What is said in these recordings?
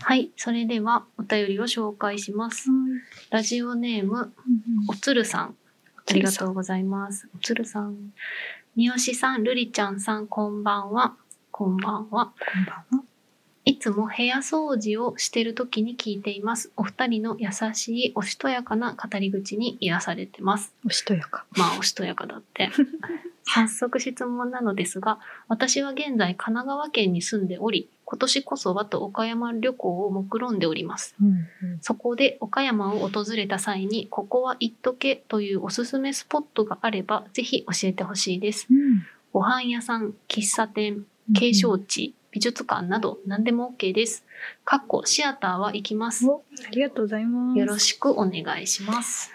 はい、それではお便りを紹介します。ラジオネーム、おつるさん。ありがとうございます。おつるさん。三好さん、るりちゃんさん、こんばんは。こんばんは。こんばんは。いつも部屋掃除をしてる時に聞いています。お二人の優しいおしとやかな語り口に癒されてます。おしとやか。まあ、おしとやかだって。早速質問なのですが、私は現在神奈川県に住んでおり、今年こそはと岡山旅行を目論んでおります。うんそこで岡山を訪れた際に、ここは行っとけというおすすめスポットがあれば、ぜひ教えてほしいです。うん。ご飯屋さん、喫茶店、景勝地、美術館など何でも OK です。かっこシアターは行きます。よお、ありがとうございます。ろしくお願いします。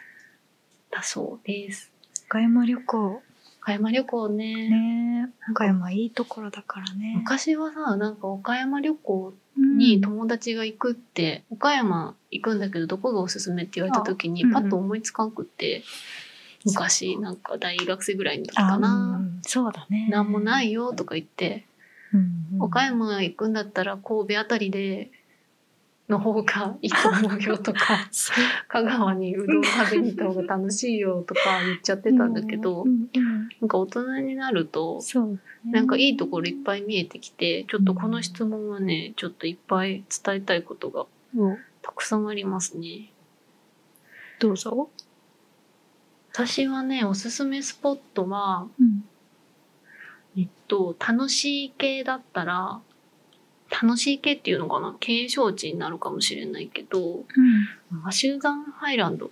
だそうです。岡山旅行。岡山旅行ね。ねえ岡山いいところだからね。昔はさ、なんか岡山旅行うんに友達が行くって、岡山行くんだけどどこがおすすめって言われた時にあうんうパんッと思いつかんくって、昔なんか大学生ぐらいの時あかうな。んそうだね。。なんもないいよとか言って、うんうん、岡山行くんだったら神戸あたりで、の方がいいと思うよとか そう香川にうどん食べに行った方が楽しいよとか言っちゃってたんだけどう、んうんなんか大人になると、そう。なんかいいところいっぱい見えてきて、ちょっとこの質問はね、ちょっといっぱい伝えたいことがおたくさんありますね。どうぞ。私はね、おすすめスポットは、うん。えっと、楽しい系だったら、楽しい系っていうのかな継承地になるかもしれないけど、アシューザンハイランド。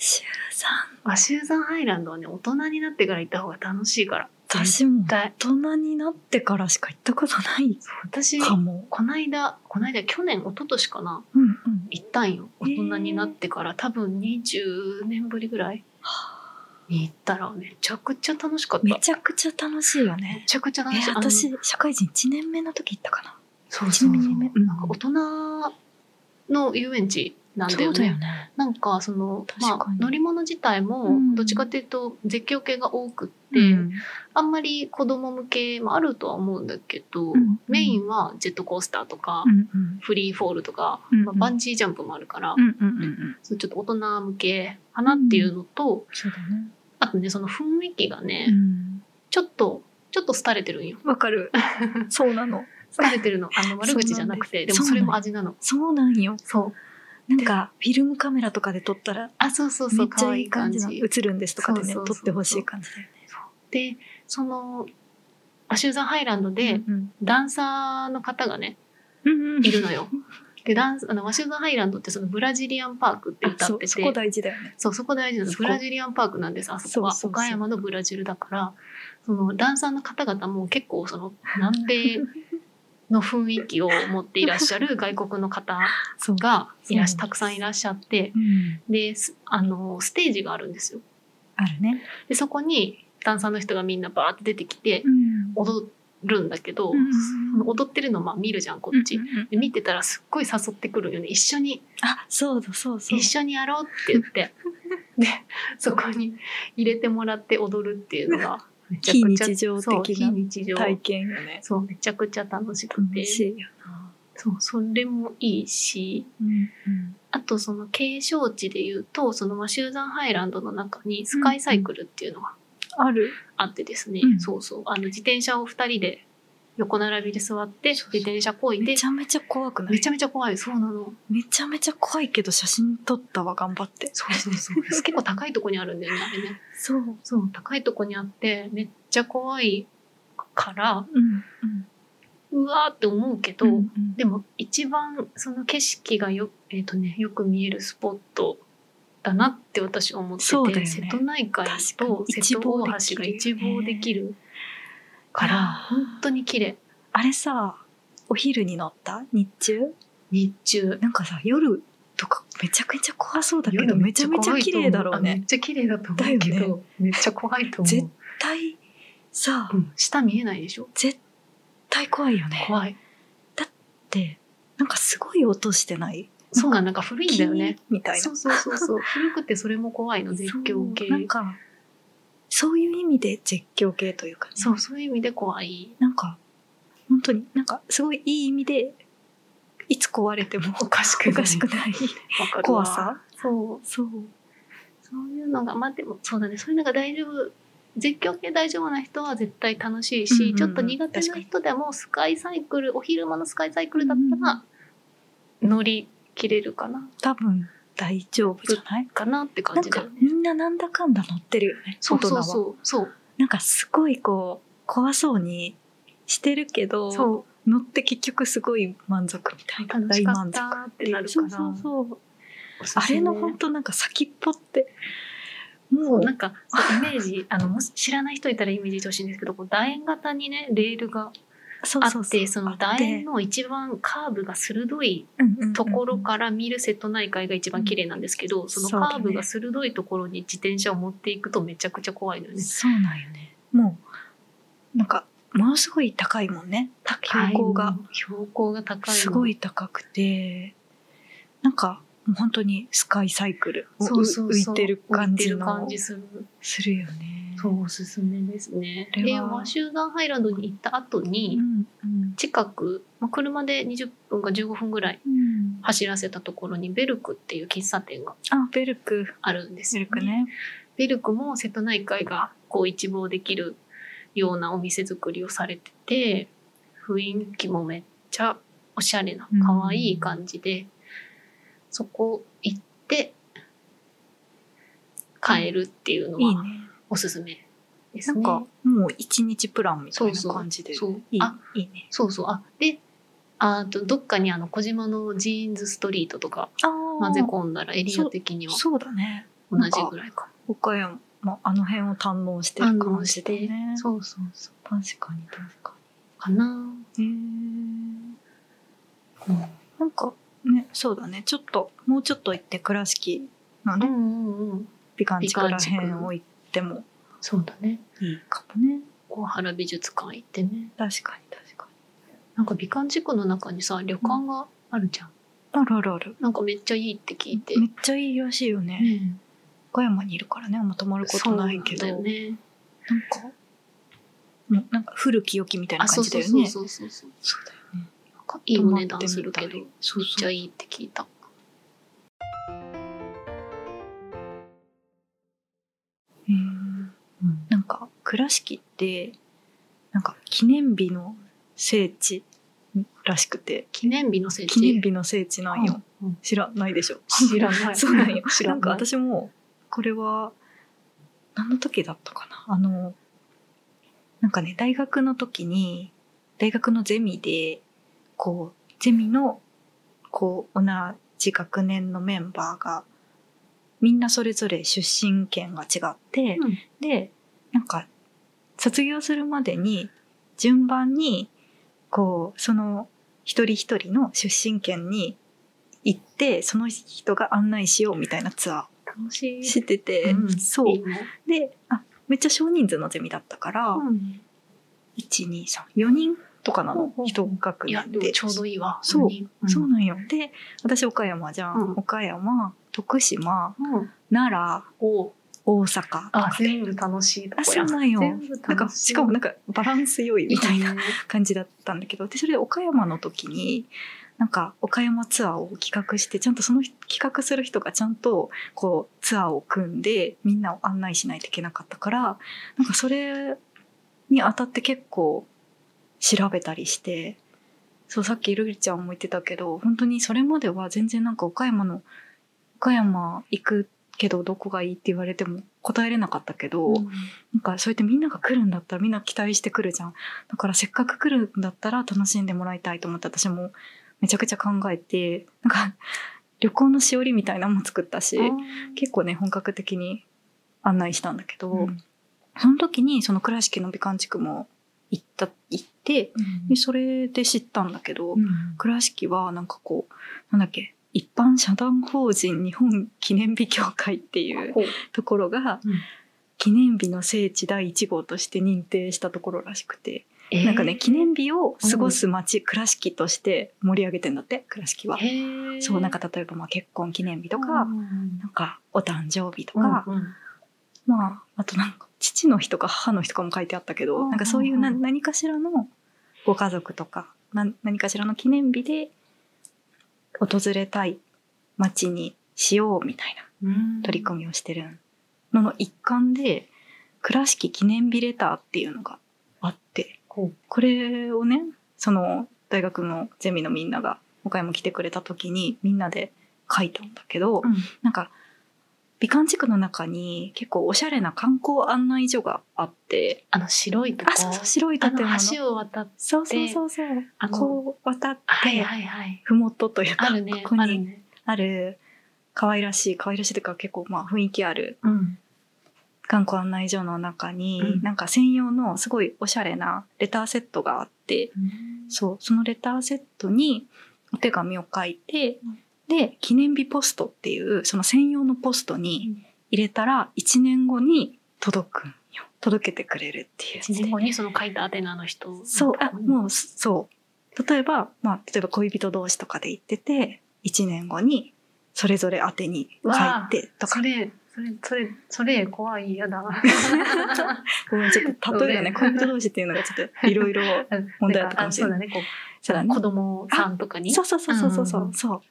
シュウさん、アシューザンハイランドはね、大人になってから行った方が楽しいから。私も絶大対。人になってからしか行ったことない私、かも。こないだ、こないだ去年、一昨年かなうんうん。行ったんよへ大ー人になってから、多分20年ぶりぐらいに行ったらめちゃくちゃ楽しかっためちゃくちゃ楽しいよめね。ちゃくちゃ楽えしい、あの私社会人1年目の時行ったかなそう1そう年そう目なんか大人の遊園地なんだそようねだよねなんかその確かまあ、に乗り物自体うもんどっちかっていうと絶叫系が多くって、うんあんまり子供向けもあるとは思うんだけど、うんメインはジェットコースターとか、うんうんフリーフォールとか、うんまあ、バンジージャンプもあるから、うんうんうんうんそうちょっと大人向けかなっていうのと、そうだねあとね、その雰囲気がね、うんちょっと、ちょっと廃れてるんよ。わか るそうなの廃れてるの。あの、悪口じゃなくて、でもそれも味なの。そうなんよそう。なんかフィルムカメラとかで撮ったらあ、そうそうめそっう、ち可ゃ愛いいい感感じのじ。映るんですとかでねそうそうそう撮そうってほしい感じだよねで、その、アシューザンハイランドで、うんダンサーの方がね、うんうんいるの よ。で、ダンス、あの、ワシューザンハイランドってそのブラジリアンパークって歌そってうて、そこ大事だよねそう、そこ大事なの。そこブラジリアンパークなんです、あそこは。そうそうそう岡山のブラジルだから、その、ダンサーの方々も結構、そ の、南米の雰囲気を持っていらっしゃる外国の方そうがいらっしそうたくさんいらっしゃって、うんで、すあの、ステージがあるんですよ。あるねで、そこに、ダンサーの人がみんなバーって出てきて、ん踊るんだけど、うんその踊ってるのまあ見るじゃん、こっち。うんうんうんで見てたらすっごい誘ってくるよね。一緒に、あそうだそうそう一緒にやろうって言 って。で、そこに入れてもらって踊るっていうのが、めちゃくちゃ 非日常的なそう非日常。体験よねそう、めちゃくちゃ楽しくて楽。しいよなそう、それもいいし、うんうんあとその継承地で言うと、そのマシューザンハイランドの中にスカイサイクルっていうのがあるあってですね、うんそうそう、あの自転車を二人で横並びで座って、そうそう自転車こいでめち、ゃめちゃ怖くないめちゃめちゃ怖い。そうなの。めちゃめちゃ怖いけど写真撮ったわ頑張ってそうそう そう。結構高いとこにあるんだよね、あれね。そうそう、高いとこにあって、めっちゃ怖いから、うんうわーって思うけど、うんでも一番その景色がよ、えっ、とね、よく見えるスポットだなって私は思ってて、そうだよね瀬戸内海確かとに瀬戸大橋が一一望望ででききるるかから、ら本当に綺麗。あれさお昼に乗った日中日中。なんかさ夜とかめちゃくちゃ怖そうだけど夜めちゃめちゃ怖いと綺思麗だろうあめねっちゃ綺麗だと思うけだど、よめっちゃ怖いと思絶う。絶対さうん下見えないでしょ絶対怖いよね怖い。ってなんかすごい音してないそうなん、なんか古いんだよね。キーンみたいなそうそうそう そう。古くてそれも怖いの、絶叫そう系。なんかそういう意味で絶叫系というかねそう、そういう意味で怖い。なんか、本当に、なんか、すごいいい意味で、いつ壊れてもおかしくおかしくないわかるわ怖さそうそうそういうのがまあでもそうだねそういうのが大丈夫絶叫系大丈夫な人は絶対楽しいし、うんうんうんちょっと苦手確なかに人でもスカイサイクルお昼間のスカイサイクルだったら乗り切れるかな多分大丈夫じゃないかなってな感んじだかよね。みんななんだかんだ乗ってるよねそう大人そはうそうそうなんかすごいこう怖そうにしてるけどそう乗って結局すごい満足みたいな楽しかっ大満足たってなるかそうらそうそうおすあすめれの本当なんか先っぽってもうなんかそうイメージあのもし知らない人いたらイメージしてほしいんですけどこう楕円型にねレールがそあってその楕円のの一番カーブが鋭いところから見る瀬戸内海が一番綺麗なんですけど、そのカーブが鋭いところに自転車を持っていくとめちゃくちゃ怖いのよね。そうなんよねもうなんかものすごい高いもんね標高が標高が高いのすごい高くてなんかもう本当にスカイサイクルもそううそうそう浮いてる感じ浮いてる感のじする。するよねそうおすすめですね。こでれはマシューガンハイランドに行った後にんうん近く、まあ、車で20分か15分ぐらいうん走らせたところにベルクっていう喫茶店があベルクあるんですベよルクねベルクも瀬戸内海がこう一望できるようなお店作りをされてて雰囲気もめっちゃおしゃれなうん可愛い感じで、そこ行って買えるっていうのいいはねおすすめですなね。んかもう一日プランみたいそなうそう感じでそういいあいいねそうそうあであとどっかにあの小島のジーンズストリートとかあ混ぜー込んだらエリア的にはそうだね同じぐらいか。岡山もあの辺を堪能して堪る感能じしだてね。そうそうそう確かに確かかな。に。へえなんかねそうだねちょっともうちょっと行って倉敷のうね、んうんうん。美観地区ら美観地区辺を行ってもそうだね。いいかもね。大原美術館行ってね確かに確かなんか美観地区の中にさ旅館があるじゃん、に。あるあるある。なんかめっちゃいいって聞いて、めっちゃいいらしいよね。ね岡山にいるからねあんま泊まることないけどそうなんだよねかもうなんか古き良きみたいなあそ感うじだそうよそうね。そうそうそうそうだよね。なんかいいお値段するけどめっそうそうちゃいいって聞いたへーなんか倉敷ってなんか記念日の聖地らしくて記念日の聖地記念日の聖地なんよ、うんうん知らないでしょ知らないそうなんよ知ならないんか私もこれは何の時だったかなあのなんかね大学の時に大学のゼミでこうゼミのこう同じ学年のメンバーがみんなそれぞれ出身県が違って、うんでなんか卒業するまでに順番にこうその一人一人の出身県に行ってその人が案内しようみたいなツア楽しーいしてて、うんそいいうねであめっちゃ少人数のゼミだったから、うん1234人とかなほうのほう人学いや年でもでちょうどいいわそう本当にそうなんよで私岡山じゃん、うん岡山徳島うん、うん、奈良お大阪あ全部楽しいとあこそやうなんよ全部楽しいなんかしかもなんかバランス良いみたいなね感じだったんだけどでそれで岡山の時になんか岡山ツアーを企画してちゃんとその人企画する人がちゃんとこうツアーを組んでみんなを案内しないといけなかったからなんかそれにあたって結構調べたりしてそうさっきルリちゃんも言ってたけど本当にそれまでは全然なんか岡山の岡山行くけどどこがいいって言われても答えれなかったけど。うんなんかそうやってみんなが来るんだったらみんな期待してくるじゃんだからせっかく来るんだったら楽しんでもらいたいと思って私もめちゃくちゃ考えてなんか旅行のしおりみたいなのも作ったし結構ね本格的に案内したんだけど、うんその時にその倉敷の美観地区も行った行ってでそれで知ったんだけど、うん倉敷はなんかこうなんだっけ一般社団法人日本記念日協会っていうほうところが、うん記念日の聖地第1号として認定したところらしくて、なんかね記念日を過ごす街、倉敷として盛り上げてんだって倉敷は。へーそうなんか例えばまあ結婚記念日とか、うんなんかお誕生日とか、うんうんまああとなんか父の日とか母の日とかも書いてあったけど、うんなんかそういうなうん何かしらのご家族とかな何かしらの記念日で訪れたい街にしようみたいな取り組みをしてるのの一環で倉敷記念日レターっていうのがあってほうこれをねその大学のゼミのみんなが岡山来てくれた時にみんなで書いたんだけど、うんなんか美観地区の中に結構おしゃれな観光案内所があってあの白いとこあそうそう白いあ建の物橋を渡ってそうそうそうそうあのこう渡って、はいはいはいふもとというかあるねここあるにねある可愛らしい可愛らしいというか結構まあ雰囲気あるうん観光案内所の中に、うんなんか専用のすごいおしゃれなレターセットがあってそうそのレターセットにお手紙を書いて、うんで記念日ポストっていうその専用のポストにうん入れたら1年後に届くんよ届けてくれるっていうやつ一で年後にその書いた宛名の人そうあうもうそう例えばまあ例えば恋人同士とかで行ってて1年後にそれぞれ宛てに書いてとかそれそれそれそれ怖いやだごめんちょっと例えがねそれ恋人同士っていうのがちょっといろいろ 問題あったかもしれないなんあそうだねそうだこうね子供さんとかにそうそうそうそうそうそううんうんうんそう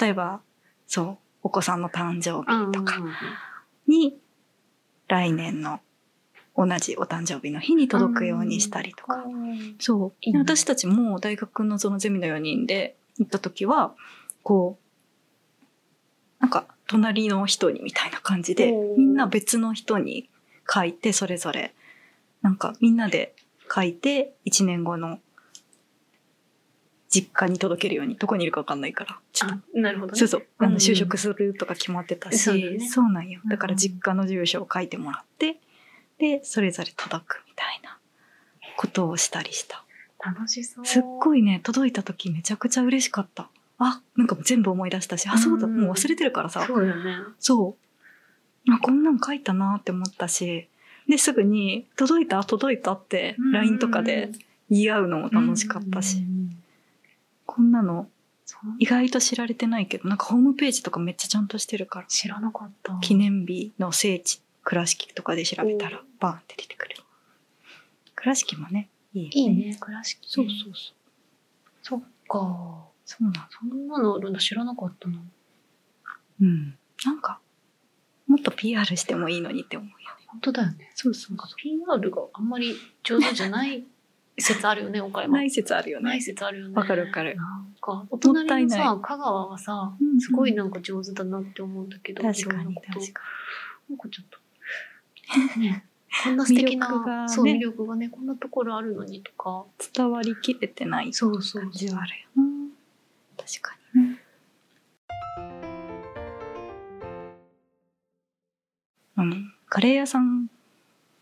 例えばそうお子さんの誕生うんうんう日んとかに来年の同じお誕生日の日に届くようにしたりとか、うんそういいでね私たちも大学のそのゼミの4人で行った時はこうなんか隣の人にみたいな感じでおーみんな別の人に書いてそれぞれなんかみんなで書いて1年後の実家に届けるようにどこにいるか分かんないからちょっとあなるほどねそうそうあうんの就職するとか決まってたし、そうだよねそうなんよだかうらん実家の住所を書いてもらってでそれぞれ届くみたいなことをしたりした。楽しそうすっごいいね届いた時めちゃくちゃ嬉しかったあなんかもう全部思い出したしあそうだうんもう忘れてるからさそうよねそうあこんなん書いたなって思ったしですぐに「届いた届いた」って LINE とかで言い合うのも楽しかったし、うんうんうんこんなのそう意外と知られてないけどなんかホームページとかめっちゃちゃんとしてるから知らなかった記念日の聖地倉敷とかで調べたらバーンって出てくる倉敷もねいいよねいいね倉敷そうそうそそうっかそうなのそんなのあるの知らなかったなうん、なんかもっと PR してもいいのにって思うよね。本当だよねそうそなんか PR があんまり上手じゃない説あるよね岡山ない説あるよないね。説あるよねわかるわかるなんかお隣もっのたいさ香川はさうんすごいなんか上手だなって思うんだけど、確かいろんになこと確かなんかちょっと、 ね、こんな素敵な魅力がねそう魅力がねこんなところあるのにとかに伝わりきれてないそうそう感じはあるよな。確かにね。うん、カレー屋さん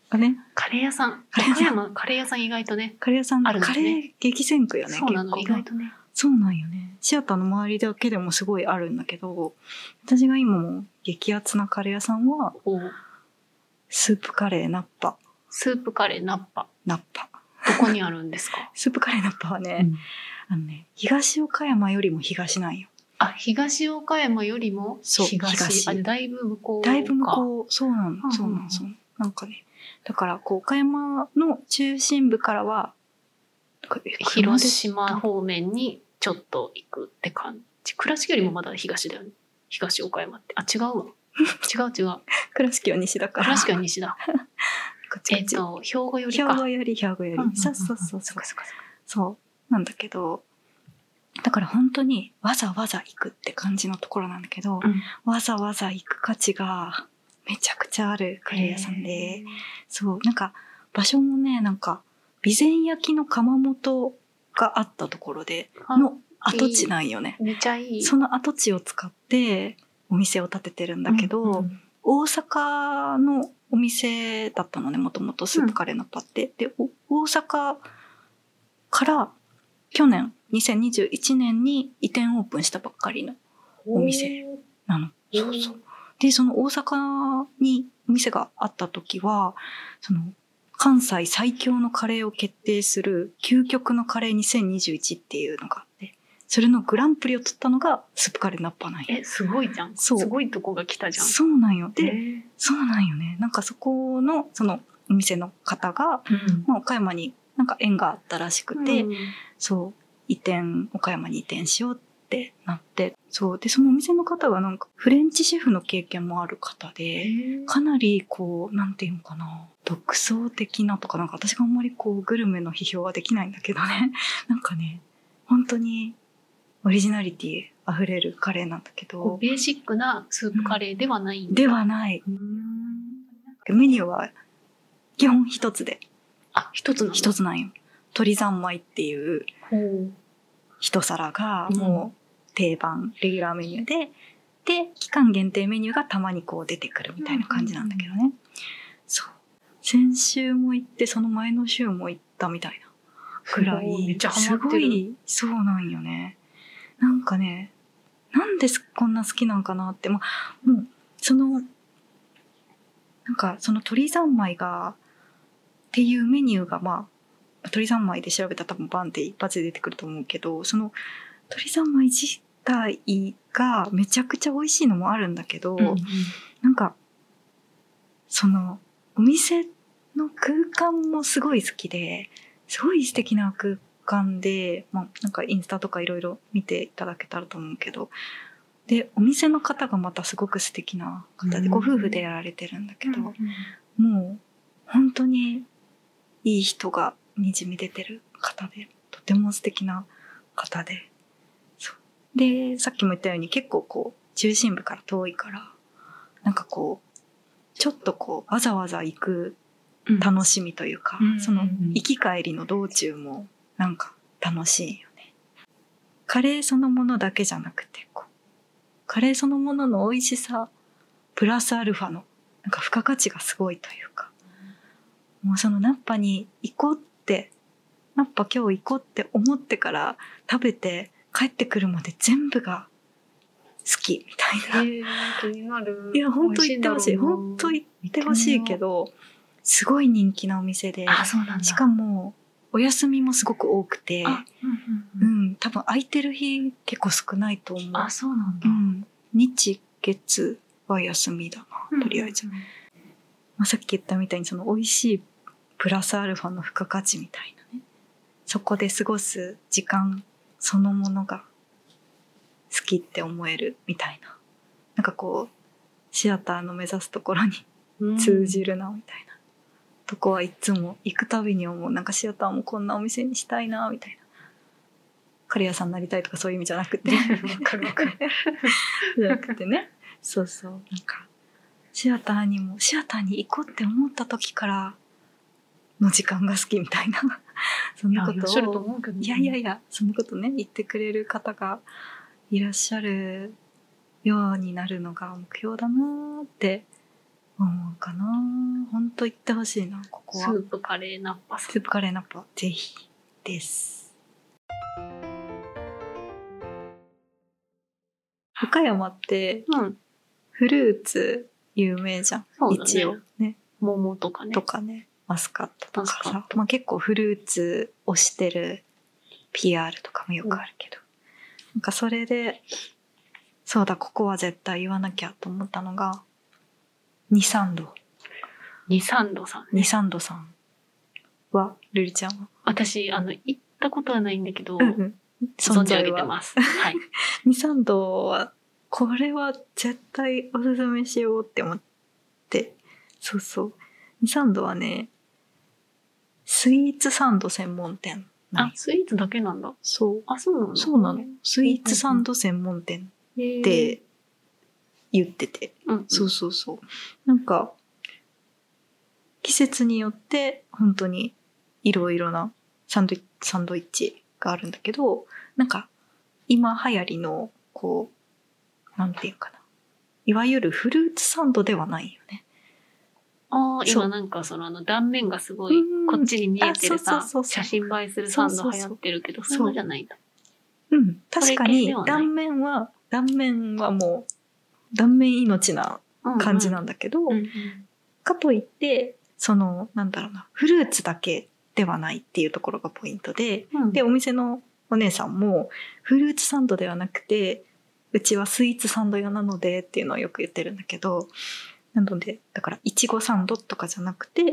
がね、カレー屋さんカレー屋さん岡山カレー屋さん意外とねカレー屋さん、あるんだカねレー激戦区よね。そうなの意結構外とねそうなんよね。シアターの周りだけでもすごいあるんだけど、私が今も激アツなカレー屋さんは、おスープカレーナッパ、スープカレーナッパナッパ。どこにあるんですか スープカレーナッパはね、あのね、東岡山よりも東なんよ。あ東岡山よりもそう東東あだいぶ向こうかだいぶ向こう、そうなの、うんそうなの、そうなの。なんかね、だからこう、岡山の中心部からは、これ広。島方面にちょっと行くって感じ倉敷よりもまだ東だよね東岡山ってあ違う わ違う違う倉敷は西だから。倉敷はこ西だっちえこっっち。と兵庫より兵か庫より兵庫ようんうんうんり。そうそうそうそそっうか。そっかそっかそう。なんだけど、だから本当にわざわざ行くって感じのところなんだけど、わざわざ行く価値がめちゃくちゃあるカレー屋さんで。そう、なんか場所もね、なんか備前焼の窯元があったところで、あの跡地なんよね。めちゃいいその跡地を使ってお店を建ててるんだけど、うんうん大阪のお店だったのね、もともとスープカレーのパって。で、お大阪から去年、2021年に移転オープンしたばっかりのお店なの。そうそう。で、その大阪にお店があった時は、その、関西最強のカレーを決定する究極のカレー2021っていうのがあって、それのグランプリを取ったのがスープカレーナッパなんよ。えすごいじゃんすそうごいとこが来たじゃんそうなんよ。で、えそうなんよね。なんかそこの、そのお店の方が、ーうんまあ、岡山になんか縁があったらしくて、うんそう、移転、岡山に移転しようっってなってそうでそのお店の方がなんかフレンチシェフの経験もある方で。かなりこうなんていうのかな独創的なとかなんか私があんまりこうグルメの批評はできないんだけどね なんかね本当にオリジナリティあふれるカレーなんだけこどうベーシックなスープカレーではないんだではないうんメニューは基本一つであ一つなの一つなんよ鶏三昧っていうほう一皿がうんもう定番レギュラーメニューでで期間限定メニューがたまにこう出てくるみたいな感じなんだけどね、そう先週も行ってその前の週も行ったみたいなくらすごいいめっちゃハマすってるごいそうなんよねなんかねなんですこんな好きなんかなって、まあ、もうそのなんかその鶏三昧がっていうメニューがまあ鶏三昧で調べたら多分バンって一発で出てくると思うけどその鶏三昧自体がめちゃくちゃ美味しいのもあるんだけど、うんなんかそのお店の空間もすごい好きですごい素敵な空間で、まあ、なんかインスタとかいろいろ見ていただけたらと思うけどでお店の方がまたすごく素敵な方で、うんご夫婦でやられてるんだけど、うんうんもう本当にいい人がにじみ出てる方でとても素敵な方でそうでさっきも言ったように結構こう中心部から遠いからなんかこうちょっとこうわざわざ行くうん楽しみというか、うんそのうんうん行き帰りの道中もなんか楽しいよね。カレーそのものだけじゃなくてこうカレーそのものの美味しさプラスアルファのなんか付加価値がすごいというかもうそのナッパに行こうってナッパ今日行こうって思ってから食べて帰ってくるまで全部が好きみたいな。へえ気になるいや、本当言ってほしい。本当言っ言ってほしいけど、すごい人気なお店で、あそうなんだしかも、お休みもすごく多くて、あうんううんうんん、多分空いてる日結構少ないと思う。あそうなんうだん、日月は休みだな、とりあえず。まあ、さっき言ったみたいに、その美味しいプラスアルファの付加価値みたいなね。そこで過ごす時間そのものが好きって思えるみたいな。なんかこう、シアターの目指すところにうん通じるなみたいな、とこはいつも行くたびに思うなんかシアターもこんなお店にしたいなみたいなカレー屋さんになりたいとかそういう意味じゃなくてわかるわかるじゃなくてねそうそうなんかシアターにもシアターに行こうって思った時からの時間が好きみたいなそんいなやこいらっしゃるととを思うけどねいやいやいやそんなことね言ってくれる方がいらっしゃるようになるのが目標だなーって思うかな本当言ってほしいなここスはープカレーナッパさんスープカレーナッパぜひです岡山ってうんフルーツ有名じゃん、そうだね一応ね桃とかねとかねマスカットとかマスカさ、まあ、結構フルーツをしてる PR とかもよくあるけど、なんかそれでそうだここは絶対言わなきゃと思ったのがニサンド二三度さんニサンドさんはルリちゃんは、私あの行ったことはないんだけど、うん存じ上げてます。 はい。ニサンドはこれは絶対おすすめしようって思ってそうそうニサンドはねスイーツサンド専門店なんあよ、スイーツだけなんだ。そうあ、そうなの。そうなのスイーツサンド専門店でって言っててうん、そうそうそうなんか季節によって本当にいろいろなサンドイッサンドイッチがあるんだけどなんか今流行りのこうなんていうかないわゆるフルーツサンドではないよね。ああ、そ今うなんかそのあの断面がすごいうんこっちに見えてるあさそうそうそう、そ写う真映えするサンド流行ってるけど、そうそそうそううじゃないんだ。うん、確かこれ系にではない断面は断面はもう断面命な感じなだ。んだけど、うんうんかといってそのなんだろうなフルーツだけではないっていうところがポイントでうんでお店のお姉さんもフルーツサンドではなくてうちはスイーツサンド屋なのでっていうのをよく言ってるんだけどなのでだからいちごサンドとかじゃなくて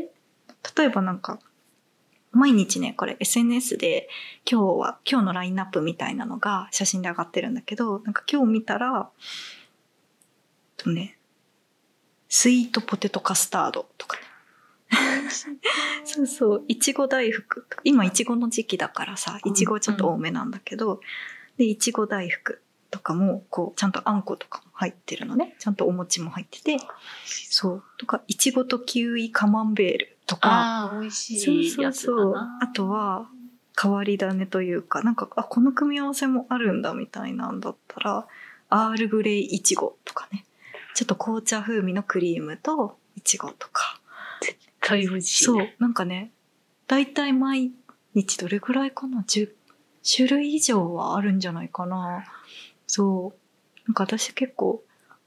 例えばなんか毎日ね、これ SNS で今日は、今日のラインナップみたいなのが写真で上がってるんだけど、なんか今日見たら、えっとね、スイートポテトカスタードとかね、そうそう、いちご大福とか。今、いちごの時期だからさ、いちごちょっと多めなんだけど、で、いちご大福とかも、こう、ちゃんとあんことかも入ってるのね。ちゃんとお餅も入ってて、そう。とか、いちごとキウイカマンベールとか、ああ、美味しそういそうやつそだうな。。あとは、変わり種というか、なんか、あ、この組み合わせもあるんだみたいなんだったら、アールグレイいちごとかね。ちょっと紅茶風味のクリームといちごとか。大美味しい。そう。なんかね、だいたい毎日どれぐらいかな ?10 種類以上はあるんじゃないかな。そう。なんか私結構、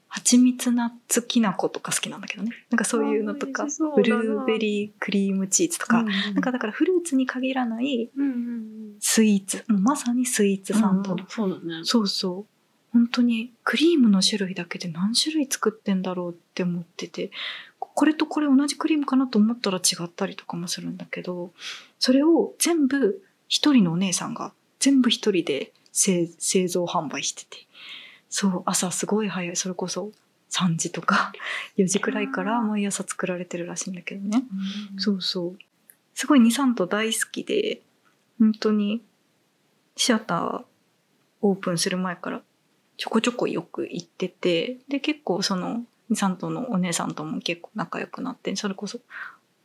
蜂蜜ナッツきな粉とか好きなんだけどね。なんかそういうのとあかー美味しそう、ブだなルーベリークリームチーズとうんか、うん。なんかだからフルーツに限らないうんうんスイーツ、もうまさにスイーツうん。サンド。うんそうだね。そうそう。本当にクリームの種類だけで何種類作ってんだろうって思ってて、ここれとこれ同じクリームかなと思ったら違ったりとかもするんだけど、それを全部一人のお姉さんが全部一人で製製造販売してて、そう、朝すごい早い、それこそ3時とか4時くらいから毎朝作られてるらしいんだけどね。そうそう。すごいニサント大好きで、本当にシアターオープンする前からちょこちょこよく行ってて、で結構そのニサントのお姉さんとも結構仲良くなって、それこそ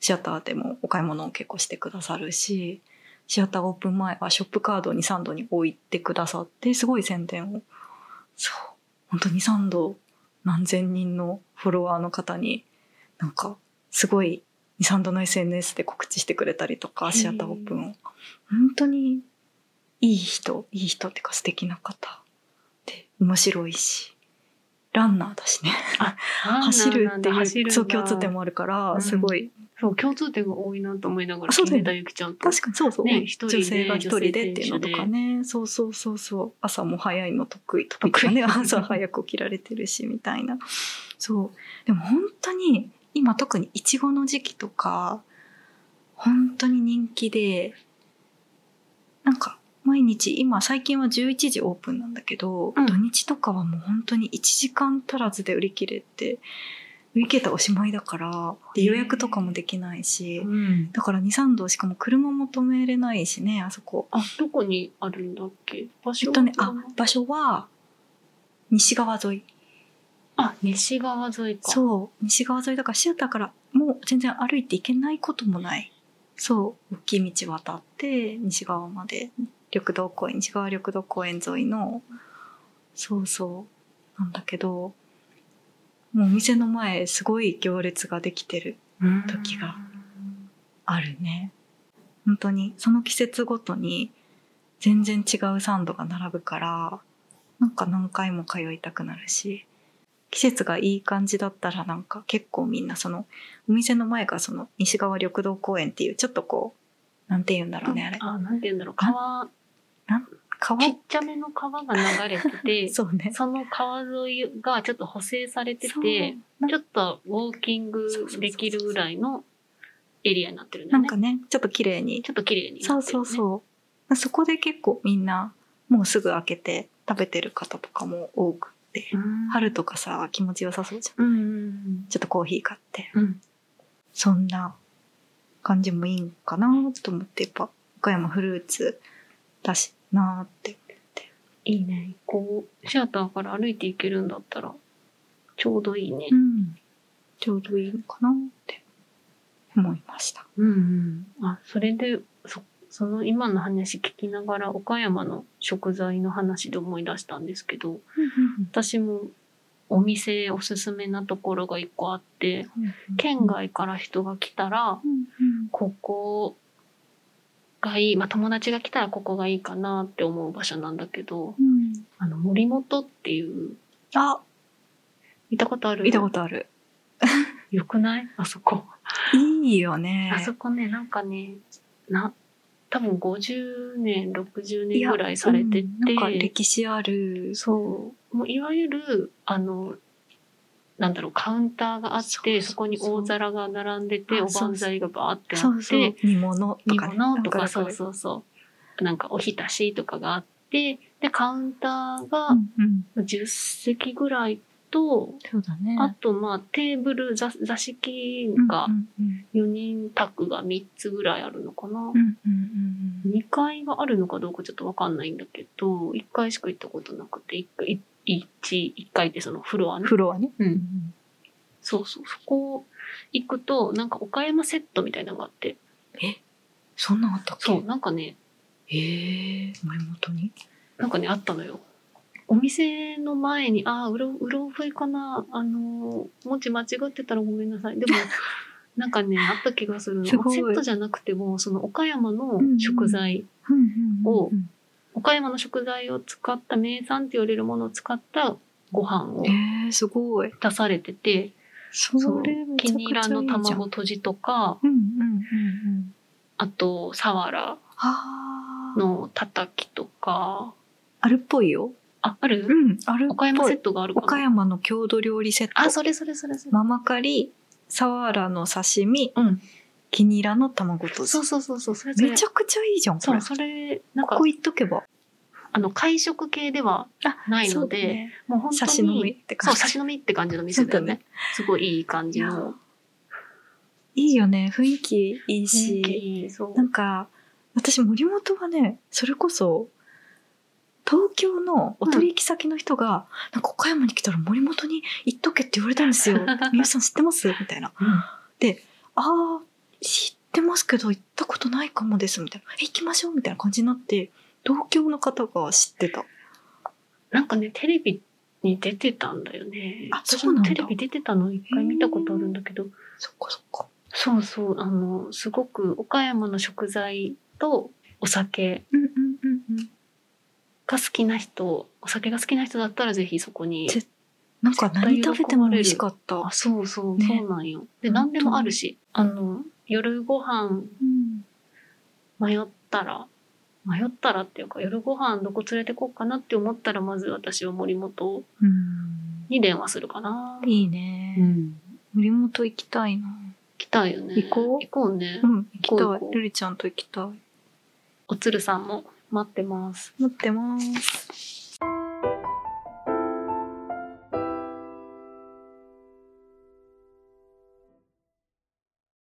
シアターでもお買い物を結構してくださるし、シアターオープン前はショップカードをニサンドに置いてくださって、すごい宣伝を。そう。本当ニサンド何千人のフォロワーの方に、なんかすごい二三度の SNS で告知してくれたりとか、シアターオープンを。本当にいい人、いい人ってか素敵な方で、面白いし、ランナーだしね。あー走るってなんだ走いるんう、だそう、共通点もあるから、うんすごい、そう共通点が多いなと思いながらあそうだよ聞いたゆきちゃんと確かにそうそう、ね一人で女性が一人でっていうのとかね、そうそうそうそう、朝も早いの得意、得意だね、得意朝早く起きられてるし、みたいな。そう。でも本当に、今特にイチゴの時期とか、本当に人気で、なんか、毎日、今、最近は11時オープンなんだけど、うん土日とかはもう本当に1時間足らずで売り切れて、売り切れたらおしまいだから、で予約とかもできないし、うんだから2、3度しかも車も止めれないしね、あそこ。あどこにあるんだっけ場え所っとね、あ、場所は、西側沿い。あ西側沿いかうそう、西側沿いだからシアターからもう全然歩いて行けないこともない。そう、大きい道渡って、西側まで、緑道公園、西側緑道公園沿いの、そうそう、なんだけど、もうお店の前、すごい行列ができてる。時があるね。本当に、その季節ごとに全然違うサンドが並ぶから、なんか何回も通いたくなるし、季節がいい感じだったらなんか結構みんなその、お店の前がその西側緑道公園っていうちょっとこう、なんて言うんだろうね、あれ。あなんて言うんだろう川川ちっちゃめの川が流れてて そうね。その川沿いがちょっと補正されてそうてちょっとウォーキングできるぐらいのエリアになってるんだなよんねかね、ちょっと綺麗にちょっと綺麗にそなうってるそようねそう。そこで結構みんな、もうすぐ開けて食べてる方とかも多くて、うん春とかさ、気持ちよさそうじゃん。うんうんちょっとコーヒー買って。うんうんそんな感じもいいんかなと思って、やっぱ、岡山フルーツだしなーって。いいねこうシアターから歩いて行けるんだったらちょうどいいねうん。ちょうどいいのかなって思いました。うんうん、あそれでそその今の話聞きながら岡山の食材の話で思い出したんですけど私もお店おすすめなところが一個あって県外から人が来たらうんうんここがいい、まあ、友達が来たらここがいいかなって思う場所なんだけどうんあの森本っていうあ、見たことある見たことある。よくないあそこ。いいよね。あそこね、なんかね、な、多分50年、60年ぐらいされてて、うんなんか歴史ある。そう、もういわゆる、あの、なんだろう、カウンターがあっそうそうそて、うそこに大皿が並んでて、あおばんざいがバーってあそっうそうて、煮物と煮かね物とか、なんそうわるそうそう。なんかおひたしとかがあって、で、カウンターがうんうん10席ぐらいと、そうだねあとまあテーブル、座座席がうんうん4人宅が3つぐらいあるのかなうんう。んうんうん2階があるのかどうかちょっとわかんないんだけど、1階しか行ったことなくて、1階、1, 階ってそのフロアね。フロアねう。うんんそうそう、そこ行くと、なんか岡山セットみたいなのがあって、そんなんあったっけそう、なんかね、へえ前元になんかね、あったのよ。お店の前に、ああ、うろ、うろ覚えかな、あのー、文字間違ってたらごめんなさい。で も、なんかね、あった気がするの。すごいセットじゃなくても、その岡山の食材、うんうんうんをうん岡山の食材を使った名産って言われるものを使ったご飯をえー、すごい出されてて、そそうれめキちゃくちゃいいじゃんニラの卵とじとか、うんうんうんうんあと、サワラあーのたたきとか、あるっぽいよあ、ある、うんあるっぽい岡山セットがあるかな岡山の郷土料理セットあ、それそれそれそれ。ママカリサワラの刺身うん。キニラの卵とじそうそうそうそう、それそれ。めちゃくちゃいいじゃんこそれう、それ、なんこかこ、行っとけばあの、会食系ではないそのうだで、ねもう本当差に、し飲みってそ感う、じ差し飲みって感じの店だよね。すごいいい感じの。いいよね雰囲気い雰い囲し気いいそうなんか私森本はねそれこそ東京のお取引先の人が、なんか岡山に来たら森本に行っとけって言われたんですよ 「みゆさん知ってます?」みたいなうん「あー知ってますけど行ったことないかもです」みたいな「え行きましょう」みたいな感じになって同郷の方が知ってたなんかね、テレビに出てたんだよね。あ私そうなんもだテレビ出てたの一回見たことあるんだけど、そっかそっかそうそう、あの、すごく岡山の食材とお酒うんうんうんうんが好きな人、お酒が好きな人だったらぜひそこに。ぜなんか何食べても美味しかった、あ、そうそう、ねそうなんよ。で、何でもあるし、あの、夜ご飯うん迷ったら、迷ったらっていうか、夜ご飯どこ連れてこうかなって思ったら、まず私は森本うんに電話するかな。いいね、ん。森本行きたいな来たいよね。行こう行こうね。うん行き行こうた行こいうルリちゃんと行きたいおつるさんも待ってます。待ってます